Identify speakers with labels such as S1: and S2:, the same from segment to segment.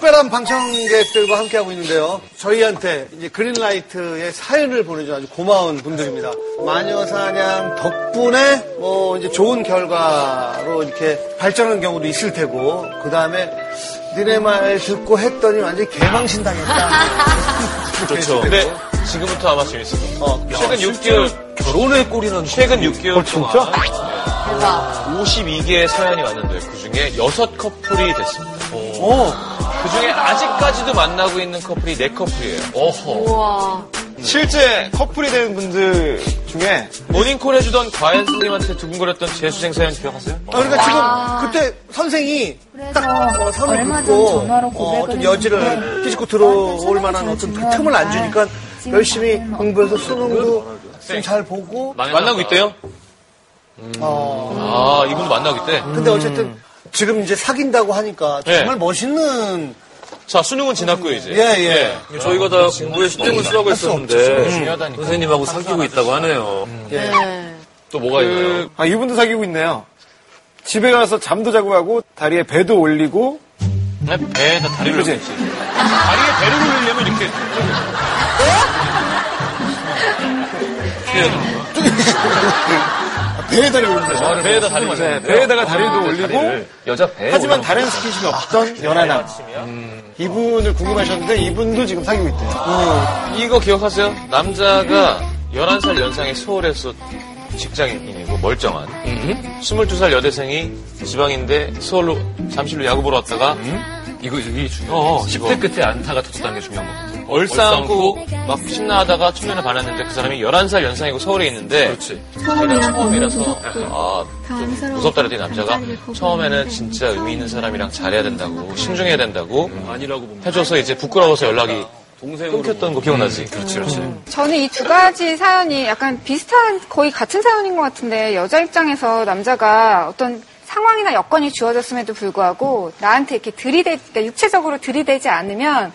S1: 소감 방청객들과 함께하고 있는데요. 저희한테 이제 그린라이트의 사연을 보내준 아주 고마운 분들입니다. 마녀사냥 덕분에 뭐 이제 좋은 결과로 이렇게 발전한 경우도 있을 테고, 그 다음에 니네 말 듣고 했더니 완전히 아, 개망신 당했다.
S2: 그렇죠. 근데 지금부터 아마 재밌을 겁니다.
S1: 어,
S2: 최근 6개월 결혼의 꼴이는 어, 최근 6개월 동안
S3: 대박.
S2: 52개의 사연이 왔는데 그 중에 6 커플이 됐습니다.
S1: 어,
S2: 그 중에 아직까지도 만나고 있는 커플이 4 커플이에요. 어허. 네.
S3: 우와.
S4: 실제 커플이 되는 분들 중에
S2: 모닝콜 해주던 과연 선생님한테 두근거렸던 재수생 사연 기억하세요?
S1: 아, 그러니까 지금 그때 선생이
S5: 그래서
S1: 딱 어, 선을
S5: 얼마 전
S1: 긋고
S5: 전화로
S1: 어,
S5: 고백을
S1: 떤
S5: 했는데
S1: 여지를 끼집고 들어올 만한 어떤 그 틈을 안 주니까
S5: 지금
S1: 열심히
S5: 나는
S1: 공부해서 수능도 좀 잘 보고
S2: 만나고 있대요?
S1: 어,
S2: 음. 아, 이분도 만나고 있대.
S1: 근데
S2: 음.
S1: 어쨌든 지금 이제 사귄다고 하니까
S2: 네.
S1: 정말 멋있는
S2: 자, 수능은 지났고요, 이제. 아,
S1: 예, 예.
S6: 저희가 다 공부에 신경을 쓰라고 했었는데
S2: 음. 중요하다니까. 예.
S6: 선생님하고 사귀고 있다고 하네요.
S3: 네.
S2: 또 뭐가 있나요?
S4: 예. 아, 이분도 사귀고 있네요. 집에 가서 잠도 자고 가고 다리에 배도 올리고
S2: 네, 배에다 다리를 올리지. 다리에 배를 올리려면 이렇게. 예.
S4: 아, 배에 다리 올리고
S2: 아, 배에다 다리를
S4: 네,
S2: 올리는데.
S4: 배에다가 다리도 올리고
S2: 여자 배.
S4: 하지만 다른 스킨십이
S2: 아,
S4: 없던 연하남 음. 이분을 궁금하셨는데 이분도 지금 사귀고 있대요.
S2: 이거 기억하세요? 남자가 11살 연상의 서울에서 직장인이고 멀쩡한
S6: 음.
S2: 22살 여대생이 지방인데 서울로 잠실로 야구 보러 왔다가
S6: 이거 이게 중요.
S2: 어, 어,
S6: 10대 음. 끝에 안타가 터졌다는 게 중요한 겁니다.
S2: 얼싸안고 막 신나하다가 초면에 반했는데 그 사람이 11살 연상이고 서울에 있는데
S6: 그렇지.
S2: 처음이라서 아, 좀 무섭다 그랬더니 남자가 처음에는 진짜 의미 있는 사람이랑 잘해야 된다고 신중해야 된다고
S6: 음. 아니라고 봅니다.
S2: 해줘서 이제 부끄러워서 연락이
S6: 동생으로. 음,
S2: 끊겼던 거 기억나지? 음.
S6: 그렇지, 그렇지.
S7: 저는 이 두 가지 사연이 약간 비슷한 거의 같은 사연인 것 같은데 여자 입장에서 남자가 어떤 상황이나 여건이 주어졌음에도 불구하고 나한테 이렇게 들이대 그러니까 육체적으로 들이대지 않으면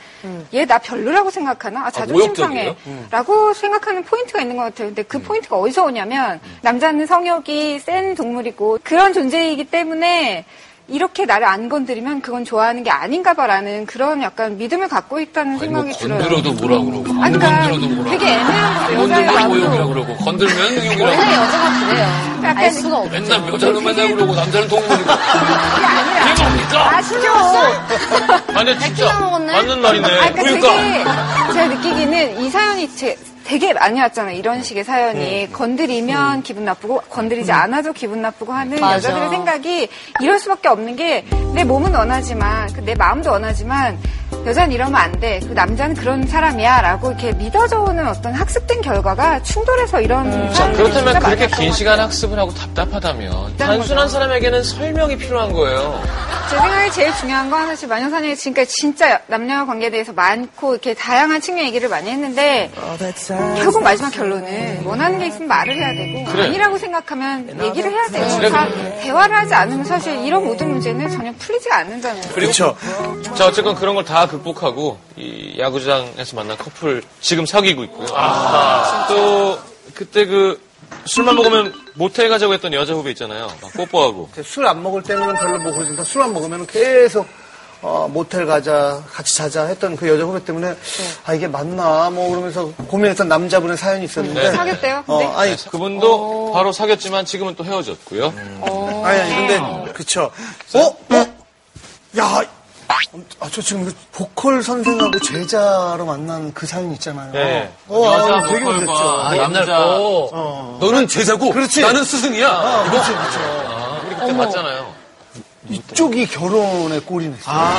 S7: 얘 나 별로라고 생각하나 아, 자존심
S6: 모욕적이에요? 음.
S7: 상해라고 생각하는 포인트가 있는 것 같아요. 근데 그 포인트가 어디서 오냐면
S6: 음.
S7: 남자는 성욕이 센 동물이고 그런 존재이기 때문에 이렇게 나를 안 건드리면 그건 좋아하는 게 아닌가봐라는 그런 약간 믿음을 갖고 있다는
S6: 아니, 뭐
S7: 생각이 들어요.
S6: 건드려도 아, 뭐라
S7: 아니,
S6: 그러고 안
S7: 그러니까
S6: 건드려도 뭐라
S7: 되게 애매한 거죠.
S6: 그러고
S7: 여자의
S6: 건들면 모욕이라고
S7: 마음도.
S6: 그러고
S1: 네,
S6: 건들면
S3: 원래
S6: 능욕이라고
S3: 여자가 그래요. 알 수가 없죠.
S6: 맨날 여자는 맨날 그러고 남자는 동물이고
S7: 그게 아니라.
S6: 이게 뭡니까?
S7: 아시죠?
S2: 아니 진짜
S3: 키가 먹었네?
S2: 맞는 말이네.
S7: 아, 그러니까 되게 제가 느끼기는 이 사연이 제- 되게 많이 왔잖아요. 이런 식의 사연이 건드리면 기분 나쁘고 건드리지 않아도 기분 나쁘고 하는
S3: 맞아.
S7: 여자들의 생각이 이럴 수밖에 없는 게 내 몸은 원하지만 그내 마음도 원하지만 여자는 이러면 안 돼. 그 남자는 그런 사람이야라고 이렇게 믿어져 오는 어떤 학습된 결과가 충돌해서 이런
S2: 자,
S7: 사람들이
S2: 그렇다면
S7: 진짜 많이
S2: 그렇게
S7: 왔던
S2: 긴
S7: 것
S2: 시간 학습을 하고 답답하다면 단순한 사람에게는 설명이 필요한 거예요.
S7: 제 생각에 제일 중요한 건 사실 마녀사냥이 지금까지 진짜 남녀 관계에 대해서 많고 이렇게 다양한 측면 얘기를 많이 했는데 결국 마지막 결론은 원하는 게 있으면 말을 해야 되고
S2: 그래.
S7: 아니라고 생각하면 얘기를 해야
S6: 어,
S7: 되고 다 대화를 하지 않으면 사실 이런 모든 문제는 전혀 풀리지 않는다는 거예요.
S1: 그렇죠.
S2: 자, 어쨌건 그런 걸 다 극복하고 이 야구장에서 만난 커플 지금 사귀고 있고요.
S6: 아,
S2: 또 그때 그 술만 먹으면 모텔 가자고 했던 여자 후배 있잖아요. 막 뽀뽀하고.
S1: 술 안 먹을 때는 별로 뭐 그러지만 술 안 먹으면 계속 어, 모텔 가자, 같이 자자 했던 그 여자 후배 때문에 아 이게 맞나 뭐 그러면서 고민했던 남자분의 사연이 있었는데
S2: 네.
S7: 사귀었대요?
S1: 어,
S7: 네.
S1: 아니
S6: 어.
S2: 그분도 바로 사귀었지만 지금은 또 헤어졌고요.
S1: 음. 아니, 아니,
S6: 음.
S1: 근데, 그쵸. 어? 어? 야, 아, 저 지금 보컬 선생하고 제자로 만난 그 사연 있잖아요.
S2: 네.
S1: 어,
S6: 여자
S1: 아, 되게
S6: 보컬과
S1: 못했죠.
S6: 남자
S1: 어.
S6: 너는 제자고
S1: 그렇지. 어.
S6: 나는 스승이야. 이거
S1: 그쵸, 그쵸.
S2: 우리 그때 봤잖아요.
S1: 이쪽이 결혼의 꼴이네.
S6: 아.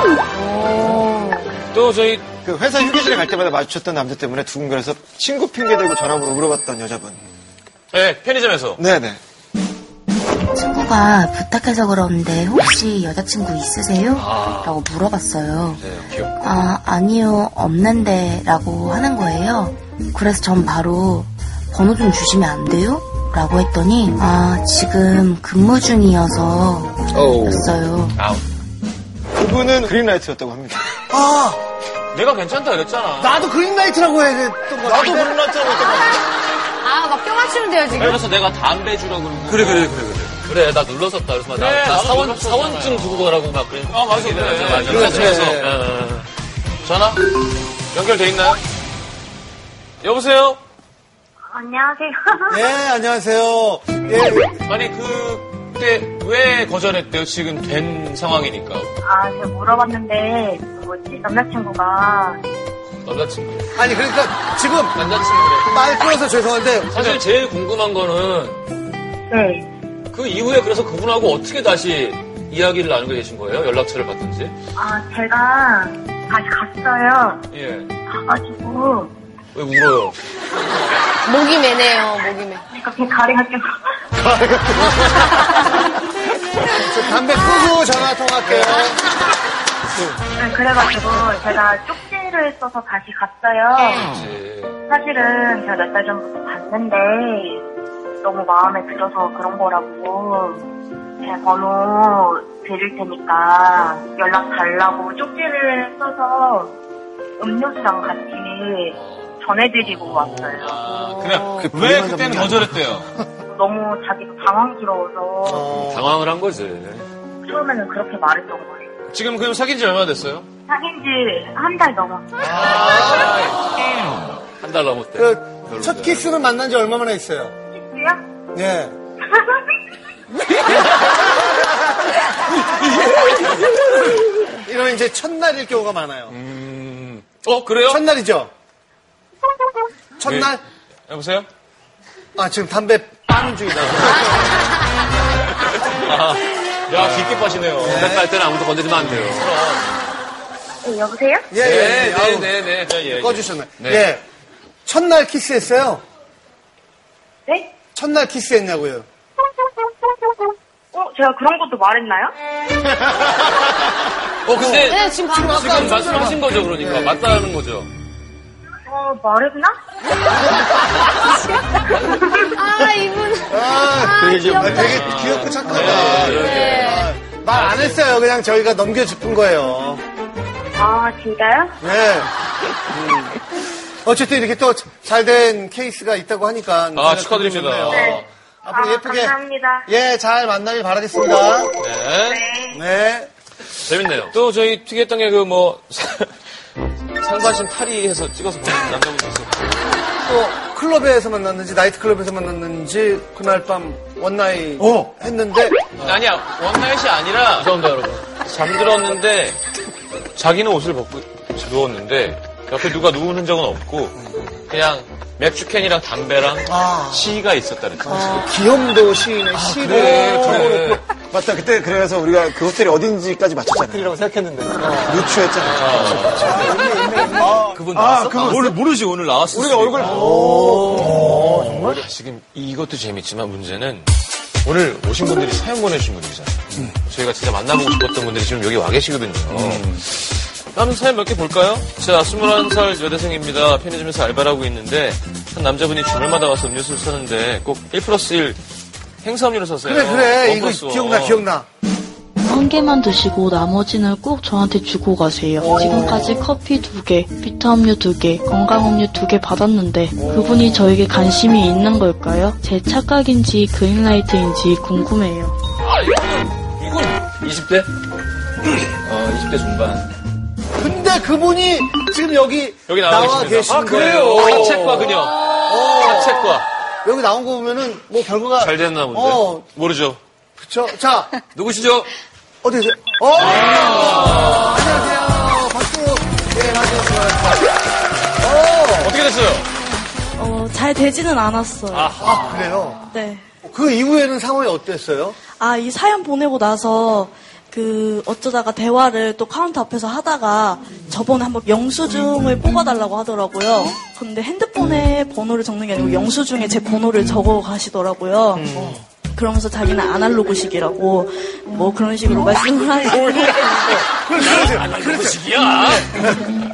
S2: 아, 또 저희
S4: 그 회사 휴게실에 갈 때마다 마주쳤던 남자 때문에 두근거려서 친구 핑계 대고 전화번호 물어봤던 여자분.
S2: 네, 편의점에서
S4: 네네.
S5: 친구가 부탁해서 그러는데 혹시 여자친구 있으세요? 라고 물어봤어요. 아, 아니요, 없는데 라고 하는 거예요. 그래서 전 바로 번호 좀 주시면 안 돼요? 라고 했더니 아, 지금 근무 중이어서 였어요.
S4: 그분은 그린라이트였다고 합니다.
S1: 아,
S2: 내가 괜찮다 그랬잖아.
S1: 나도 그린라이트라고 해야 뭐 했던 거
S2: 나도 몰랐잖아.
S3: 아, 막 뼈 맞추면 돼요, 지금.
S2: 그래서 내가 담배 주라고 그러고
S6: 그래 그래 그래 그래. 그래, 나 눌렀었다. 그래서 막 나,
S2: 그래,
S6: 나
S2: 나도
S6: 사원,
S2: 눌렀었잖아.
S6: 사원증 두고 가라고 막 그래.
S2: 아, 맞아,
S6: 얘기를
S2: 그래.
S6: 하죠. 맞아,
S1: 그래,
S6: 맞아.
S1: 그래.
S6: 그래서, 어, 어. 전화?
S2: 연결돼 있나요? 여보세요?
S8: 안녕하세요.
S1: 예, 안녕하세요. 예,
S2: 아니, 그때 왜 거절했대요? 지금 된 상황이니까.
S8: 아, 제가 물어봤는데, 그 뭐지, 남자친구가,
S6: 남자친구.
S1: 아니, 그러니까 지금
S6: 남자친구래.
S1: 말 끊어서 죄송한데, 네.
S6: 사실 제일 궁금한 거는
S8: 네.
S6: 그 이후에 그래서 그분하고 어떻게 다시 이야기를 나누게 되신 거예요? 연락처를 받든지?
S8: 아, 제가 다시 갔어요.
S6: 예.
S8: 가가지고,
S6: 왜 울어요?
S3: 목이 매네요, 목이 매.
S8: 그러니까 걔 다리가 계속,
S1: 저그 담배 끄고 전화 통화할게요.
S8: 네, 그래가지고, 제가 쪽지를 써서 다시
S1: 아.
S3: 네.
S8: 갔어요.
S2: 아.
S6: 이제.
S8: 사실은 제가 몇 달 전부터 봤는데, 너무 마음에 들어서 그런 거라고, 제 번호 드릴 테니까 연락 달라고 쪽지를 써서 음료수랑 같이 전해드리고 왔어요.
S2: 그냥 왜 그때는 거절했대요?
S8: 너무 자기가 당황스러워서
S2: 어.
S6: 당황을 한 거지.
S8: 처음에는 그렇게 말했던 거예요.
S2: 지금 그럼 사귄 지 얼마나 됐어요?
S8: 사귄 지 한 달 넘었어요. 네.
S6: 한 달 넘었대.
S1: 그, 첫 키스는 만난 지 얼마 만에 있어요?
S8: 키스요?
S1: 예. 이런 이제 첫날일 경우가 많아요.
S2: 어, 그래요?
S1: 첫날이죠? 첫날?
S2: 네. 여보세요?
S1: 아, 지금 담배 빠는 중이다.
S8: 아,
S2: 야, 깊게 빠시네요.
S6: 할 때는 아무도 건드리면 안 돼요.
S8: 네, 여보세요?
S1: 예, 예, 예. 아우,
S6: 네, 네. 예, 예.
S1: 꺼주셨네. 예. 첫날 키스했어요?
S8: 네?
S1: 첫날 키스했냐고요?
S8: 어, 제가 그런 것도 말했나요?
S6: 어, 근데
S3: 네, 지금 방금 아까
S6: 지금 말씀하신 거죠, 그러니까.
S1: 네.
S6: 맞다는 거죠.
S8: 어, 말했나?
S3: 아, 이분.
S1: 아,
S3: 아,
S1: 아,
S3: 귀엽다.
S1: 되게
S2: 네,
S1: 귀엽고 착하다. 말 안 했어요. 그냥 저희가 넘겨 짚은 거예요.
S8: 아, 진짜요?
S1: 예. 음. 어쨌든 이렇게 또 잘 된 케이스가 있다고 하니까.
S2: 아, 축하드립니다.
S1: 좋네요.
S8: 네.
S1: 앞으로
S8: 아,
S1: 예쁘게.
S8: 감사합니다.
S1: 예, 잘 만나길 바라겠습니다.
S2: 네.
S1: 네.
S6: 재밌네요.
S2: 또 저희 특이했던 게 그 뭐, 상반신 탈의해서 찍어서 보낸 남자분도 있었고.
S1: 또 클럽에서 만났는지 나이트클럽에서 만났는지 그날 밤 원나잇
S2: 어?
S1: 했는데
S2: 아니야, 원나잇이 아니라.
S6: 감사합니다, 여러분.
S2: 잠들었는데 자기는 옷을 벗고 누웠는데 옆에 누가 누운 흔적은 없고 그냥 맥주캔이랑 담배랑 시가 있었다 그랬죠.
S4: 아.
S1: 기염도 시인의 시로
S6: 그래.
S4: 맞다. 그때 그래서 우리가 그 호텔이 어딘지까지 네. 맞췄잖아. 호텔이라고 생각했는데. 유추했잖아.
S6: 그분 나왔어?
S4: 아, 그거
S2: 오늘 모르지 오늘 나왔어.
S4: 우리가 얼굴
S2: 아, 지금 이것도 재밌지만 문제는 오늘 오신 분들이 사연 보내주신 분들이잖아요. 저희가 진짜 만나보고 싶었던 분들이 지금 여기 와 계시거든요. 음. 다음 사연 몇 개 볼까요? 자, 21살 여대생입니다. 편의점에서 알바를 하고 있는데 한 남자분이 주말마다 와서 음료수를 사는데 꼭 1 플러스 1 행사음료를 사세요.
S1: 그래 그래
S2: 원
S1: 이거
S2: 플러스 원. 어.
S1: 기억나 기억나
S9: 한 개만 드시고 나머지는 꼭 저한테 주고 가세요. 지금까지 커피 두 개, 비타음료 두 개, 건강음료 두 개 받았는데 그분이 저에게 관심이 있는 걸까요? 제 착각인지 그린라이트인지 궁금해요.
S6: 이건 20대? 어, 20대 중반.
S1: 근데 그분이 지금 여기,
S2: 여기 나와,
S1: 나와,
S2: 계십니다.
S1: 계신 어.
S2: 아, 그래요?
S1: 거예요 어.
S2: 사채과 그녀. 사채과.
S1: 여기 나온 거 보면은 뭐 결과가
S2: 잘 됐나 본데.
S1: 어
S2: 모르죠.
S1: 그쵸 자
S6: 누구시죠?
S1: 어디 계세요 어 안녕하세요 박수 예 안녕하세요
S2: 어떻게 됐어요?
S9: 어, 잘 되지는 않았어요.
S1: 아 그래요
S9: 네.
S1: 그 이후에는 상황이 어땠어요
S9: 아, 이 사연 보내고 나서 그 어쩌다가 대화를 또 카운터 앞에서 하다가 저번에 한번 영수증을 뽑아달라고 하더라고요. 근데 핸드폰에 번호를 적는 게 아니고 영수증에 제 번호를 적어 가시더라고요. 그러면서 자기는 아날로그식이라고 뭐 그런 식으로 말씀을 하시고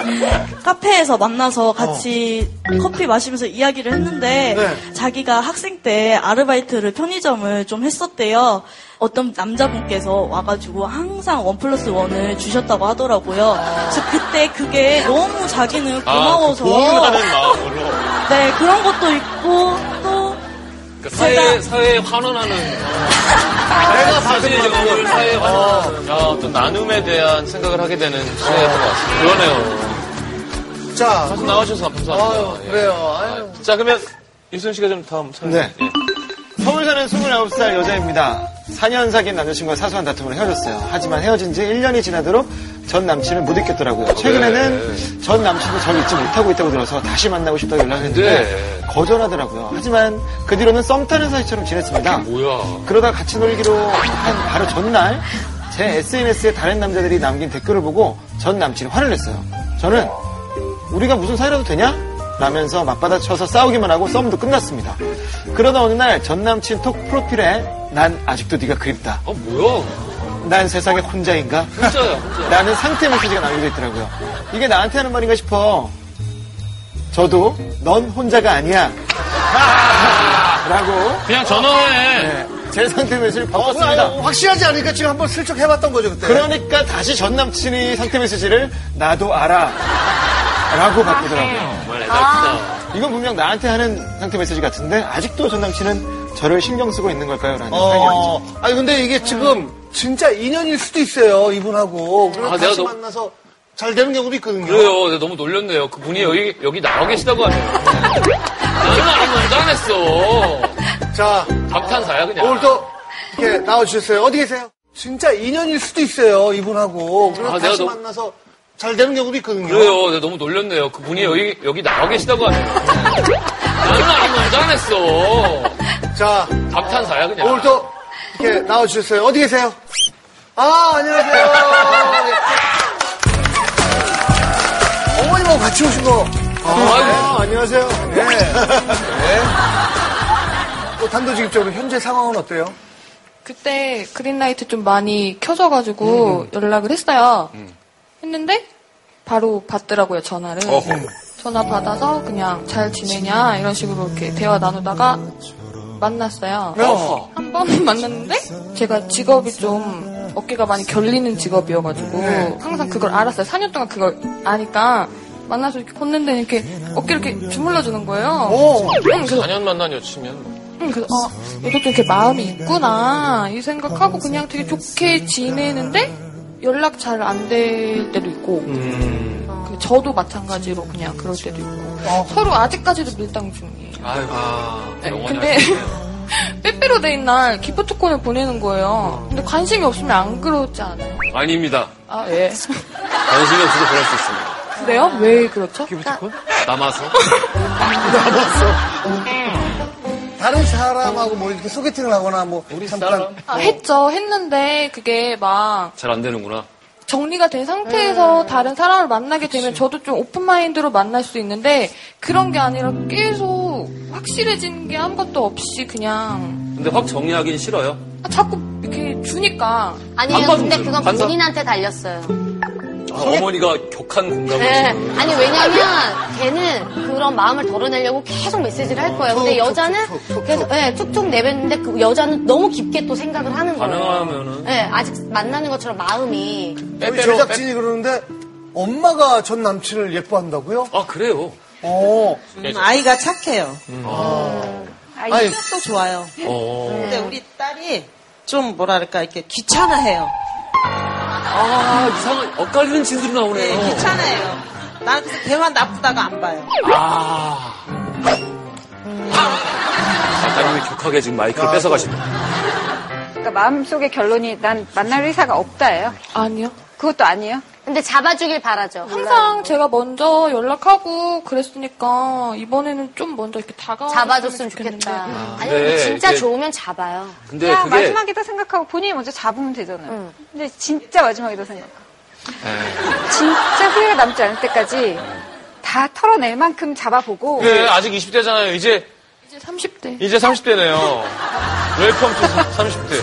S9: 네. 카페에서 만나서 같이 커피 마시면서 이야기를 했는데
S1: 네.
S9: 자기가 학생 때 아르바이트를 편의점을 좀 했었대요. 어떤 남자분께서 와가지고 항상 원 플러스 원을 주셨다고 하더라고요. 그래서 그때 그게 너무 자기는
S2: 아, 그
S9: 고마워서
S2: 보응하는 마음으로.
S9: 네 그런 것도 있고 또
S6: 그러니까 사회, 사회에
S1: 아,
S6: 환원하는.
S1: 내가
S6: 사실
S1: 받은 어.
S6: 이걸
S1: 만큼
S6: 사회에 환원하는. 야, 어떤 나눔에 대한 생각을 하게 되는 시대였던 것 같습니다. 그러네요.
S1: 자
S6: 방송 나와주셔서 감사합니다.
S1: 아유
S6: 예.
S1: 그래요 아유
S6: 자, 그러면 유승 씨가 좀 다음 사연.
S4: 네.
S6: 예.
S4: 서울 사는 29살 여자입니다. 4년 사귄 남자친구와 사소한 다툼으로 헤어졌어요. 하지만 헤어진 지 1년이 지나도록 전 남친을 못
S6: 아,
S4: 잊겠더라고요.
S6: 네.
S4: 최근에는 전 남친도 절 잊지 못하고 있다고 들어서 다시 만나고 싶다고 연락했는데
S6: 네.
S4: 거절하더라고요. 하지만 그 뒤로는 썸 타는 사이처럼 지냈습니다.
S6: 아, 뭐야.
S4: 그러다 같이 놀기로 한 바로 전날 제 SNS에 다른 남자들이 남긴 댓글을 보고 전 남친이 화를 냈어요. 저는 우리가 무슨 사이라도 되냐? 라면서 맞받아쳐서 싸우기만 하고 썸도 끝났습니다. 그러다 어느 날 전 남친 톡 프로필에 난 아직도 네가 그립다.
S6: 아, 뭐야.
S4: 난 세상에 혼자인가?
S6: 혼자야, 혼자.
S4: 라는 상태 메시지가 남겨져 있더라고요. 이게 나한테 하는 말인가 싶어. 저도 넌 혼자가 아니야. 라고
S6: 아! 그냥 전화해. 어,
S4: 네, 제 상태 메시지를 바꿨습니다.
S1: 아유, 확실하지 않으니까 지금 한번 슬쩍 해봤던 거죠 그때
S4: 그러니까 다시 전 남친이 상태 메시지를 나도 알아 라고 바꾸더라고요.
S6: 정말 애달프다.
S4: 이건 분명 나한테 하는 상태 메시지 같은데 아직도 전 남친은 저를 신경 쓰고 있는 걸까요? 라는 생각이죠.
S1: 어, 아니 근데 이게 지금 진짜 인연일 수도 있어요 이분하고 그리고
S6: 아, 내가
S1: 다시
S6: 너무-
S1: 만나서 잘 되는 경우도 있거든요
S6: 그래요. 내가 너무 놀렸네요. 그분이 여기, 여기 나와 계시다고 하네요. 나는 아무 말도 안 했어.
S1: 자
S6: 감탄사야, 그냥. 아,
S1: 오늘도 이렇게 나와주셨어요 어디 계세요? 진짜 인연일 수도 있어요 이분하고 그리고
S6: 아, 내가
S1: 다시
S6: 너무-
S1: 만나서 잘 되는 경우도 있거든요
S6: 그래요. 내가 너무 놀렸네요. 그분이 여기, 여기 나와 계시다고 하네요. 나는 아무 말도 안 했어.
S1: 자
S6: 감탄사야, 그냥.
S1: 오늘도 이렇게 나와주셨어요 어디 계세요? 아 안녕하세요 예. 어머님하고 같이 오신 거 아, 안녕하세요 네. 또 단도직입적으로 현재 상황은 어때요?
S10: 그때 그린라이트 좀 많이 켜져가지고 연락을 했어요. 했는데 바로 받더라고요 전화를.
S6: 어.
S1: 음.
S10: 전화 받아서 그냥 잘 지내냐 이런 식으로 이렇게 대화 나누다가 네. 만났어요. 한 번 만났는데 제가 직업이 좀 어깨가 많이 결리는 직업이어가지고
S3: 네.
S10: 항상 그걸 알았어요. 4년 동안 그걸 아니까 만나서 이렇게 걷는데 이렇게 어깨 이렇게 주물러주는 거예요. 응, 그래서
S6: 4년 만난 여친이면. 뭐.
S10: 응, 그래서, 어, 이것도 이렇게 마음이 있구나. 이 생각하고 그냥 되게 좋게 지내는데 연락 잘 안 될 때도 있고. 그 저도 마찬가지로 그냥 그럴 때도 있고. 서로 아직까지도 밀당 중이에요.
S6: 아이고.
S10: 네,
S6: 영원히
S10: 근데,
S6: 하실 거예요.
S10: 빼빼로 데인 날 기프트콘을 보내는 거예요. 근데 관심이 없으면 안 그러지 않아요?
S6: 아닙니다.
S10: 아, 예.
S6: 관심이 없어서 그럴 수 있습니다.
S10: 그래요? 왜 그렇죠? 그러니까,
S6: 남아서.
S1: 다른 사람하고 뭐 이렇게 소개팅을 하거나 뭐
S6: 우리
S1: 잠깐
S6: 사람.
S10: 아, 했죠. 했는데 그게 막
S6: 잘 안 되는구나.
S10: 정리가 된
S3: 음.
S10: 상태에서 다른 사람을 만나게 되면 저도 좀 오픈 마인드로 만날 수 있는데
S3: 음.
S10: 그런 게 아니라 계속 확실해진 게 아무것도 없이 그냥
S6: 근데 확 정리하긴 싫어요.
S10: 아, 자꾸 이렇게 주니까
S3: 아니요,
S6: 반반
S3: 근데
S6: 정도,
S3: 그건
S6: 반반.
S3: 본인한테 달렸어요.
S6: 아, 어머니가 격한 공감을.
S3: 네. 아니, 왜냐면 걔는 그런 마음을 덜어내려고 계속 메시지를 할 거예요. 근데
S1: 툭,
S3: 여자는
S1: 툭, 툭, 툭,
S3: 계속, 예, 툭툭 내뱉는데 그 여자는 너무 깊게 또 생각을 하는 거예요.
S6: 가능하면은.
S3: 예, 아직 만나는 것처럼 마음이.
S1: 우리
S6: 빼빼로,
S1: 제작진이 그러는데 엄마가 전 남친을 예뻐한다고요?
S6: 아, 그래요.
S1: 어.
S11: 아이가 착해요.
S1: 아니.
S11: 아이 성격도 좋아요.
S6: 어.
S11: 근데 우리 딸이 좀 뭐랄까 이렇게 귀찮아해요.
S6: 아, 이상한, 엇갈리는 어. 진술이 나오네요.
S11: 네, 귀찮아해요. 난 그래서 걔만 나쁘다가 안 봐요.
S6: 아. 작가님이 격하게 지금 마이크를 뺏어가신다.
S7: 그러니까 마음속의 결론이 난 만날 의사가 없다예요.
S10: 아니요.
S7: 그것도 아니에요.
S3: 근데 잡아주길 바라죠.
S10: 항상 제가 먼저 연락하고 그랬으니까 이번에는 좀 먼저 이렇게 다가와
S3: 잡아줬으면 좋겠다. 아니, 근데
S6: 네,
S3: 진짜
S6: 이제-
S3: 좋으면 잡아요.
S6: 근데
S7: 그냥
S6: 그게
S7: 마지막이다 생각하고 본인이 먼저 잡으면 되잖아요.
S3: 음.
S7: 근데 진짜 마지막이다 생각하고.
S6: 네.
S7: 진짜 후회가 남지 않을 때까지 다 털어낼 만큼 잡아보고
S2: 네, 아직 20대잖아요. 이제,
S10: 이제 30대.
S2: 이제 30대네요. 웰컴 투 30대.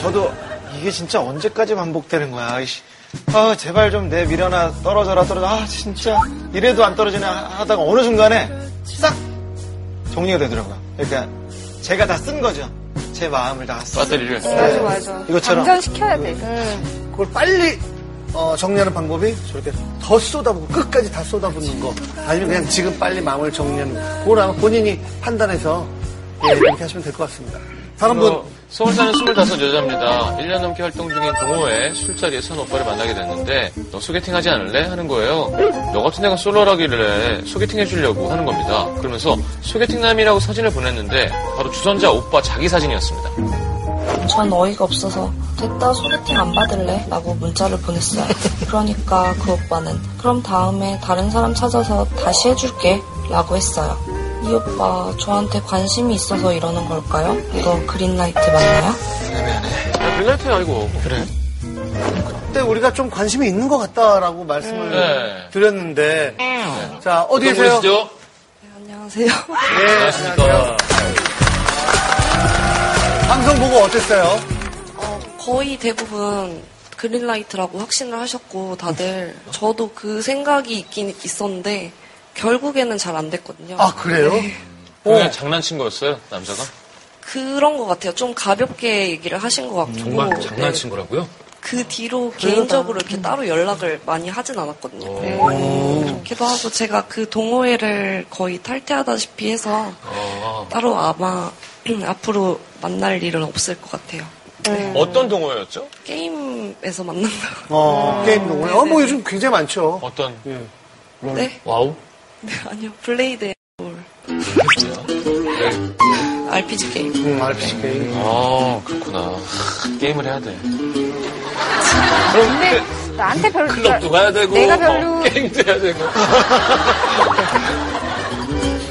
S4: 저도 이게 진짜 언제까지 반복되는 거야. 이씨. 아, 제발 좀 내 미련아 떨어져라 떨어져. 아, 진짜 이래도 안 떨어지네 하다가 어느 순간에 싹 정리가 되더라고요. 그러니까 제가 다 쓴 거죠. 제 마음을 다 쓴.
S2: 배터리를.
S7: 맞아 맞아
S10: 음.
S4: 이것처럼.
S6: 음.
S7: 방전시켜야 돼
S1: 그걸 빨리 어, 정리하는 방법이 저렇게 더 쏟아부고 끝까지 다 쏟아붓는 거 아니면 그냥 지금 빨리 마음을 정리하는 거. 그걸 아마 본인이 판단해서 예, 이렇게 하시면 될 것 같습니다. 다른 분.
S2: 어, 서울 사는 25 여자입니다. 1년 넘게 활동 중인 동호회 술자리에 선 오빠를 만나게 됐는데 너 소개팅 하지 않을래? 하는 거예요. 너 같은 애가 솔로라길래 소개팅 해주려고 하는 겁니다. 그러면서 소개팅남이라고 사진을 보냈는데 바로 주선자 오빠 자기 사진이었습니다.
S12: 전 어이가 없어서 됐다 소개팅 안 받을래? 라고 문자를 보냈어요. 그러니까 그 오빠는 그럼 다음에 다른 사람 찾아서 다시 해줄게 라고 했어요. 이 오빠 저한테 관심이 있어서 이러는 걸까요? 이거 그린라이트 맞나요?
S2: 그날트야 이거.
S1: 그래. 그때 우리가 좀 관심이 있는 것 같다라고 말씀을
S2: 네.
S1: 드렸는데 자 어디
S2: 어떤
S1: 계세요? 네,
S2: 분이시죠? 네,
S12: 안녕하세요.
S2: 안녕하십니까.
S1: 방송 보고 어땠어요?
S12: 거의 대부분 그린라이트라고 확신을 하셨고 다들 저도 그 생각이 있긴 있었는데 결국에는 잘 안 됐거든요. 네.
S2: 아,
S1: 그래요?
S2: 그냥 장난친 거였어요 남자가?
S12: 그런 것 같아요. 좀 가볍게 얘기를 하신 것 같고.
S2: 정말
S12: 네.
S2: 장난친 거라고요?
S12: 그 뒤로 개인적으로 이렇게 따로 연락을 많이 하진 않았거든요. 그렇기도 하고 제가 그 동호회를 거의 탈퇴하다시피 해서
S1: 아.
S12: 따로 아마 앞으로 만날 일은 없을 것 같아요.
S2: 어떤 동호회였죠?
S12: 게임에서 만난다.
S1: 어, 게임 동호회. 어, 뭐
S12: 네네.
S1: 요즘 굉장히 많죠.
S2: 어떤?
S12: 네?
S2: 와우.
S12: 네, 아니요. 블레이드 볼. RPG 게임.
S6: 음,
S1: RPG 게임.
S2: 아, 그렇구나. 하, 게임을 해야 돼.
S7: 근데 나한테 별로
S2: 네. 클럽도 가야 되고,
S7: 내가 별로
S2: 어, 게임도 해야 되고.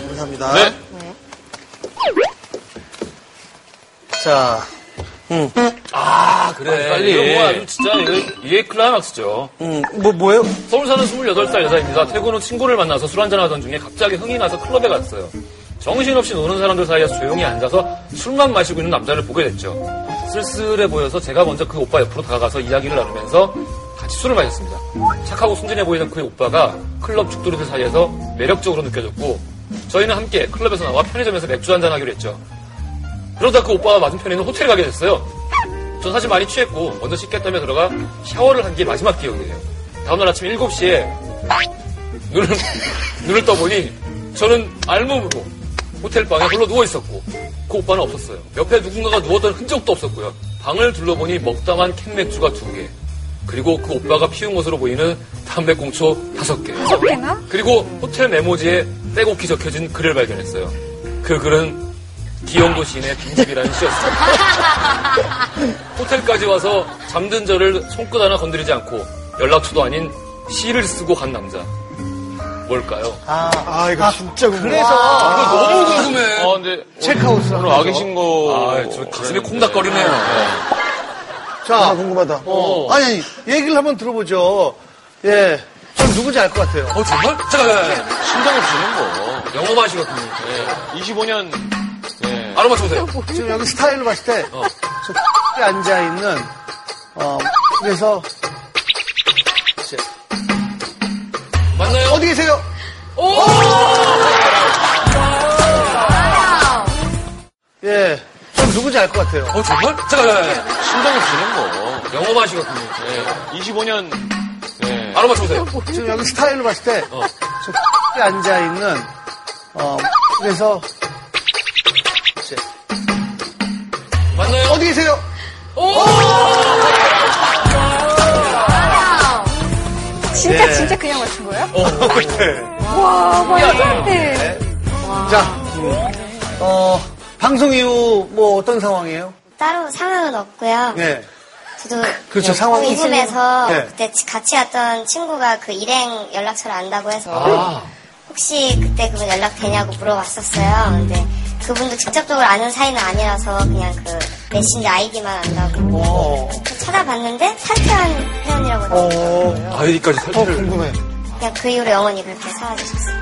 S1: 감사합니다. 네. 자, 음.
S6: 아, 그래.
S2: 빨리.
S6: 이거 뭐 아주 진짜 이거 이게 클라이막스죠.
S1: 음, 뭐, 뭐예요?
S6: 서울 사는 28살 여자입니다. 퇴근 후 친구를 만나서 술 한잔하던 중에 갑자기 흥이 나서 클럽에 갔어요. 정신없이 노는 사람들 사이에서 조용히 앉아서 술만 마시고 있는 남자를 보게 됐죠. 쓸쓸해 보여서 제가 먼저 그 오빠 옆으로 다가가서 이야기를 나누면서 같이 술을 마셨습니다. 착하고 순진해 보이던 그 오빠가 클럽 죽도리들 사이에서 매력적으로 느껴졌고 저희는 함께 클럽에서 나와 편의점에서 맥주 한잔 하기로 했죠. 그러다 그 오빠가 맞은편에 있는 호텔에 가게 됐어요. 전 사실 많이 취했고 먼저 씻겠다며 들어가 샤워를 한 게 마지막 기억이에요. 다음날 아침 7시에 눈을, 눈을 떠보니 저는 알몸으로 호텔 방에 홀로 누워 있었고 그 오빠는 없었어요. 옆에 누군가가 누웠던 흔적도 없었고요. 방을 둘러보니 먹다만 캔맥주가 두 개, 그리고 그 오빠가 피운 것으로 보이는 담배꽁초 다섯 개,
S7: 개나?
S6: 그리고 호텔 메모지에 빼곡히 적혀진 글을 발견했어요. 그 글은 기영도 시인의 빈집이라는 시였습니다. 호텔까지 와서 잠든 저를 손끝 하나 건드리지 않고 연락처도 아닌 시를 쓰고 간 남자. 뭘까요?
S1: 아, 이거 진짜 궁금해.
S6: 그래서- 아, 이거 너무 궁금해.
S2: 아, 근데
S1: 체크아웃을
S2: 오늘
S1: 하면서.
S2: 아기 신고.
S6: 아, 저 가슴이 콩닥거리네요.
S1: 자. 아, 궁금하다.
S6: 어.
S1: 아니, 아니, 얘기를 한번 들어보죠. 예. 전 누군지 알 것 같아요.
S6: 어, 정말? 잠깐만.
S2: 신경을 주는 거.
S6: 영어
S2: 네.
S6: 맛이거든요. 네.
S2: 25년. 네.
S6: 바로 맞춰보세요. 어.
S1: 지금 여기 스타일로 봤을 때, 저 X에 앉아있는, 어, 그래서.
S6: 맞나요?
S1: 어디 계세요?
S3: 아!
S1: 예. 전 누군지 알 것 같아요.
S6: 어, 정말? 잠깐만.
S2: 신경을 주는 거. 네.
S6: 영어 맛이거든요. 네.
S2: 25년. 네.
S6: 바로 맞춰보세요.
S1: 어,
S6: 어.
S1: 지금 여기 스타일로 봤을 때, 저 X에 앉아있는, 어, 그래서.
S6: 맞나요?
S1: 어디 계세요?
S7: 진짜
S1: 네.
S7: 진짜 그냥 맞춘 거예요?
S1: 어,
S4: 네.
S7: 와 말도 안 돼.
S1: 자, 어, 방송 이후 뭐 어떤 상황이에요?
S13: 따로 상황은 없고요.
S1: 예.
S13: 저도
S1: 그렇죠, 상황이
S13: 궁금해서
S1: 있으면. 네.
S13: 그때 같이 왔던 친구가 그 일행 연락처를 안다고 해서
S1: 아.
S13: 혹시 그때 그분 연락 되냐고 물어봤었어요. 근데 그분도 직접적으로 아는 사이는 아니라서 그냥 그 메신저 아이디만 안다고 찾아봤는데 탈퇴한 회원이라고
S1: 어,
S6: 아이디까지
S1: 탈퇴를. 궁금해.
S13: 그냥 그 이후로 영원히 그렇게 사라지셨어요.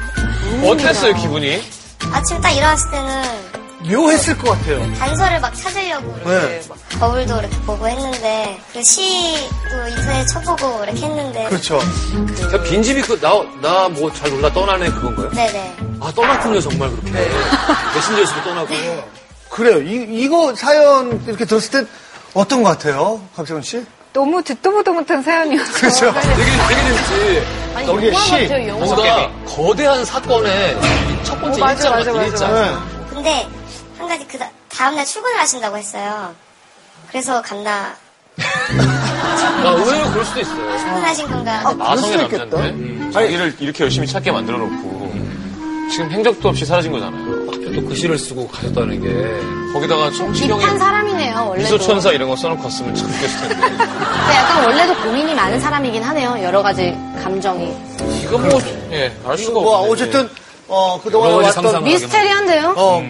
S2: 어땠어요, 기분이?
S13: 아침에 딱 일어났을 때는
S1: 묘했을 것 같아요.
S13: 단서를 막 찾으려고
S1: 네.
S13: 거울도 이렇게 보고 했는데 그 시도 인터넷 쳐보고 이렇게 했는데
S1: 그렇죠.
S6: 저 빈집이 그, 나, 나 뭐 잘 몰라 떠나네 그건가요?
S13: 네네
S6: 아, 떠났군요, 정말 그렇게. 메신저에서도 떠나고.
S1: 그래요. 이, 이거 사연 이렇게 들었을 때 어떤 것 같아요? 박재훈 씨?
S7: 너무 듣도 보도 못한 사연이었어요.
S6: 그렇죠.
S2: 네.
S6: 되게, 되게 재밌지.
S7: 아니, 저게 영화 시. 같아요, 영화.
S6: 뭔가 거대한 사건의 이첫 번째
S13: 어, 맞아,
S6: 일장
S13: 맞아,
S6: 같은
S13: 맞아.
S6: 일장.
S13: 근데 한 가지 그 다- 다음날 출근을 하신다고 했어요. 그래서 갔나
S2: 아, 의외로 그럴 수도 있어요.
S13: 출근하신
S1: 아,
S13: 건가?
S2: 아, 마성의 남자인데 자기를 이렇게 열심히 찾게 만들어 놓고 지금 행적도 없이 사라진 거잖아요.
S6: 또 글씨를 쓰고 가셨다는 게
S2: 거기다가 성시경의
S3: 한 사람이네요, 원래도.
S2: 미소천사 이런 거 써놓고 갔으면 참 웃겼을 텐데.
S3: 근데 약간 원래도 고민이 많은 사람이긴 하네요. 여러 가지 감정이.
S2: 이거 뭐, 예, 알 수가 없네.
S1: 뭐 어쨌든 어 그동안
S2: 여러 가지
S1: 왔던
S2: 상상을 하게
S3: 미스테리한데요?
S1: 어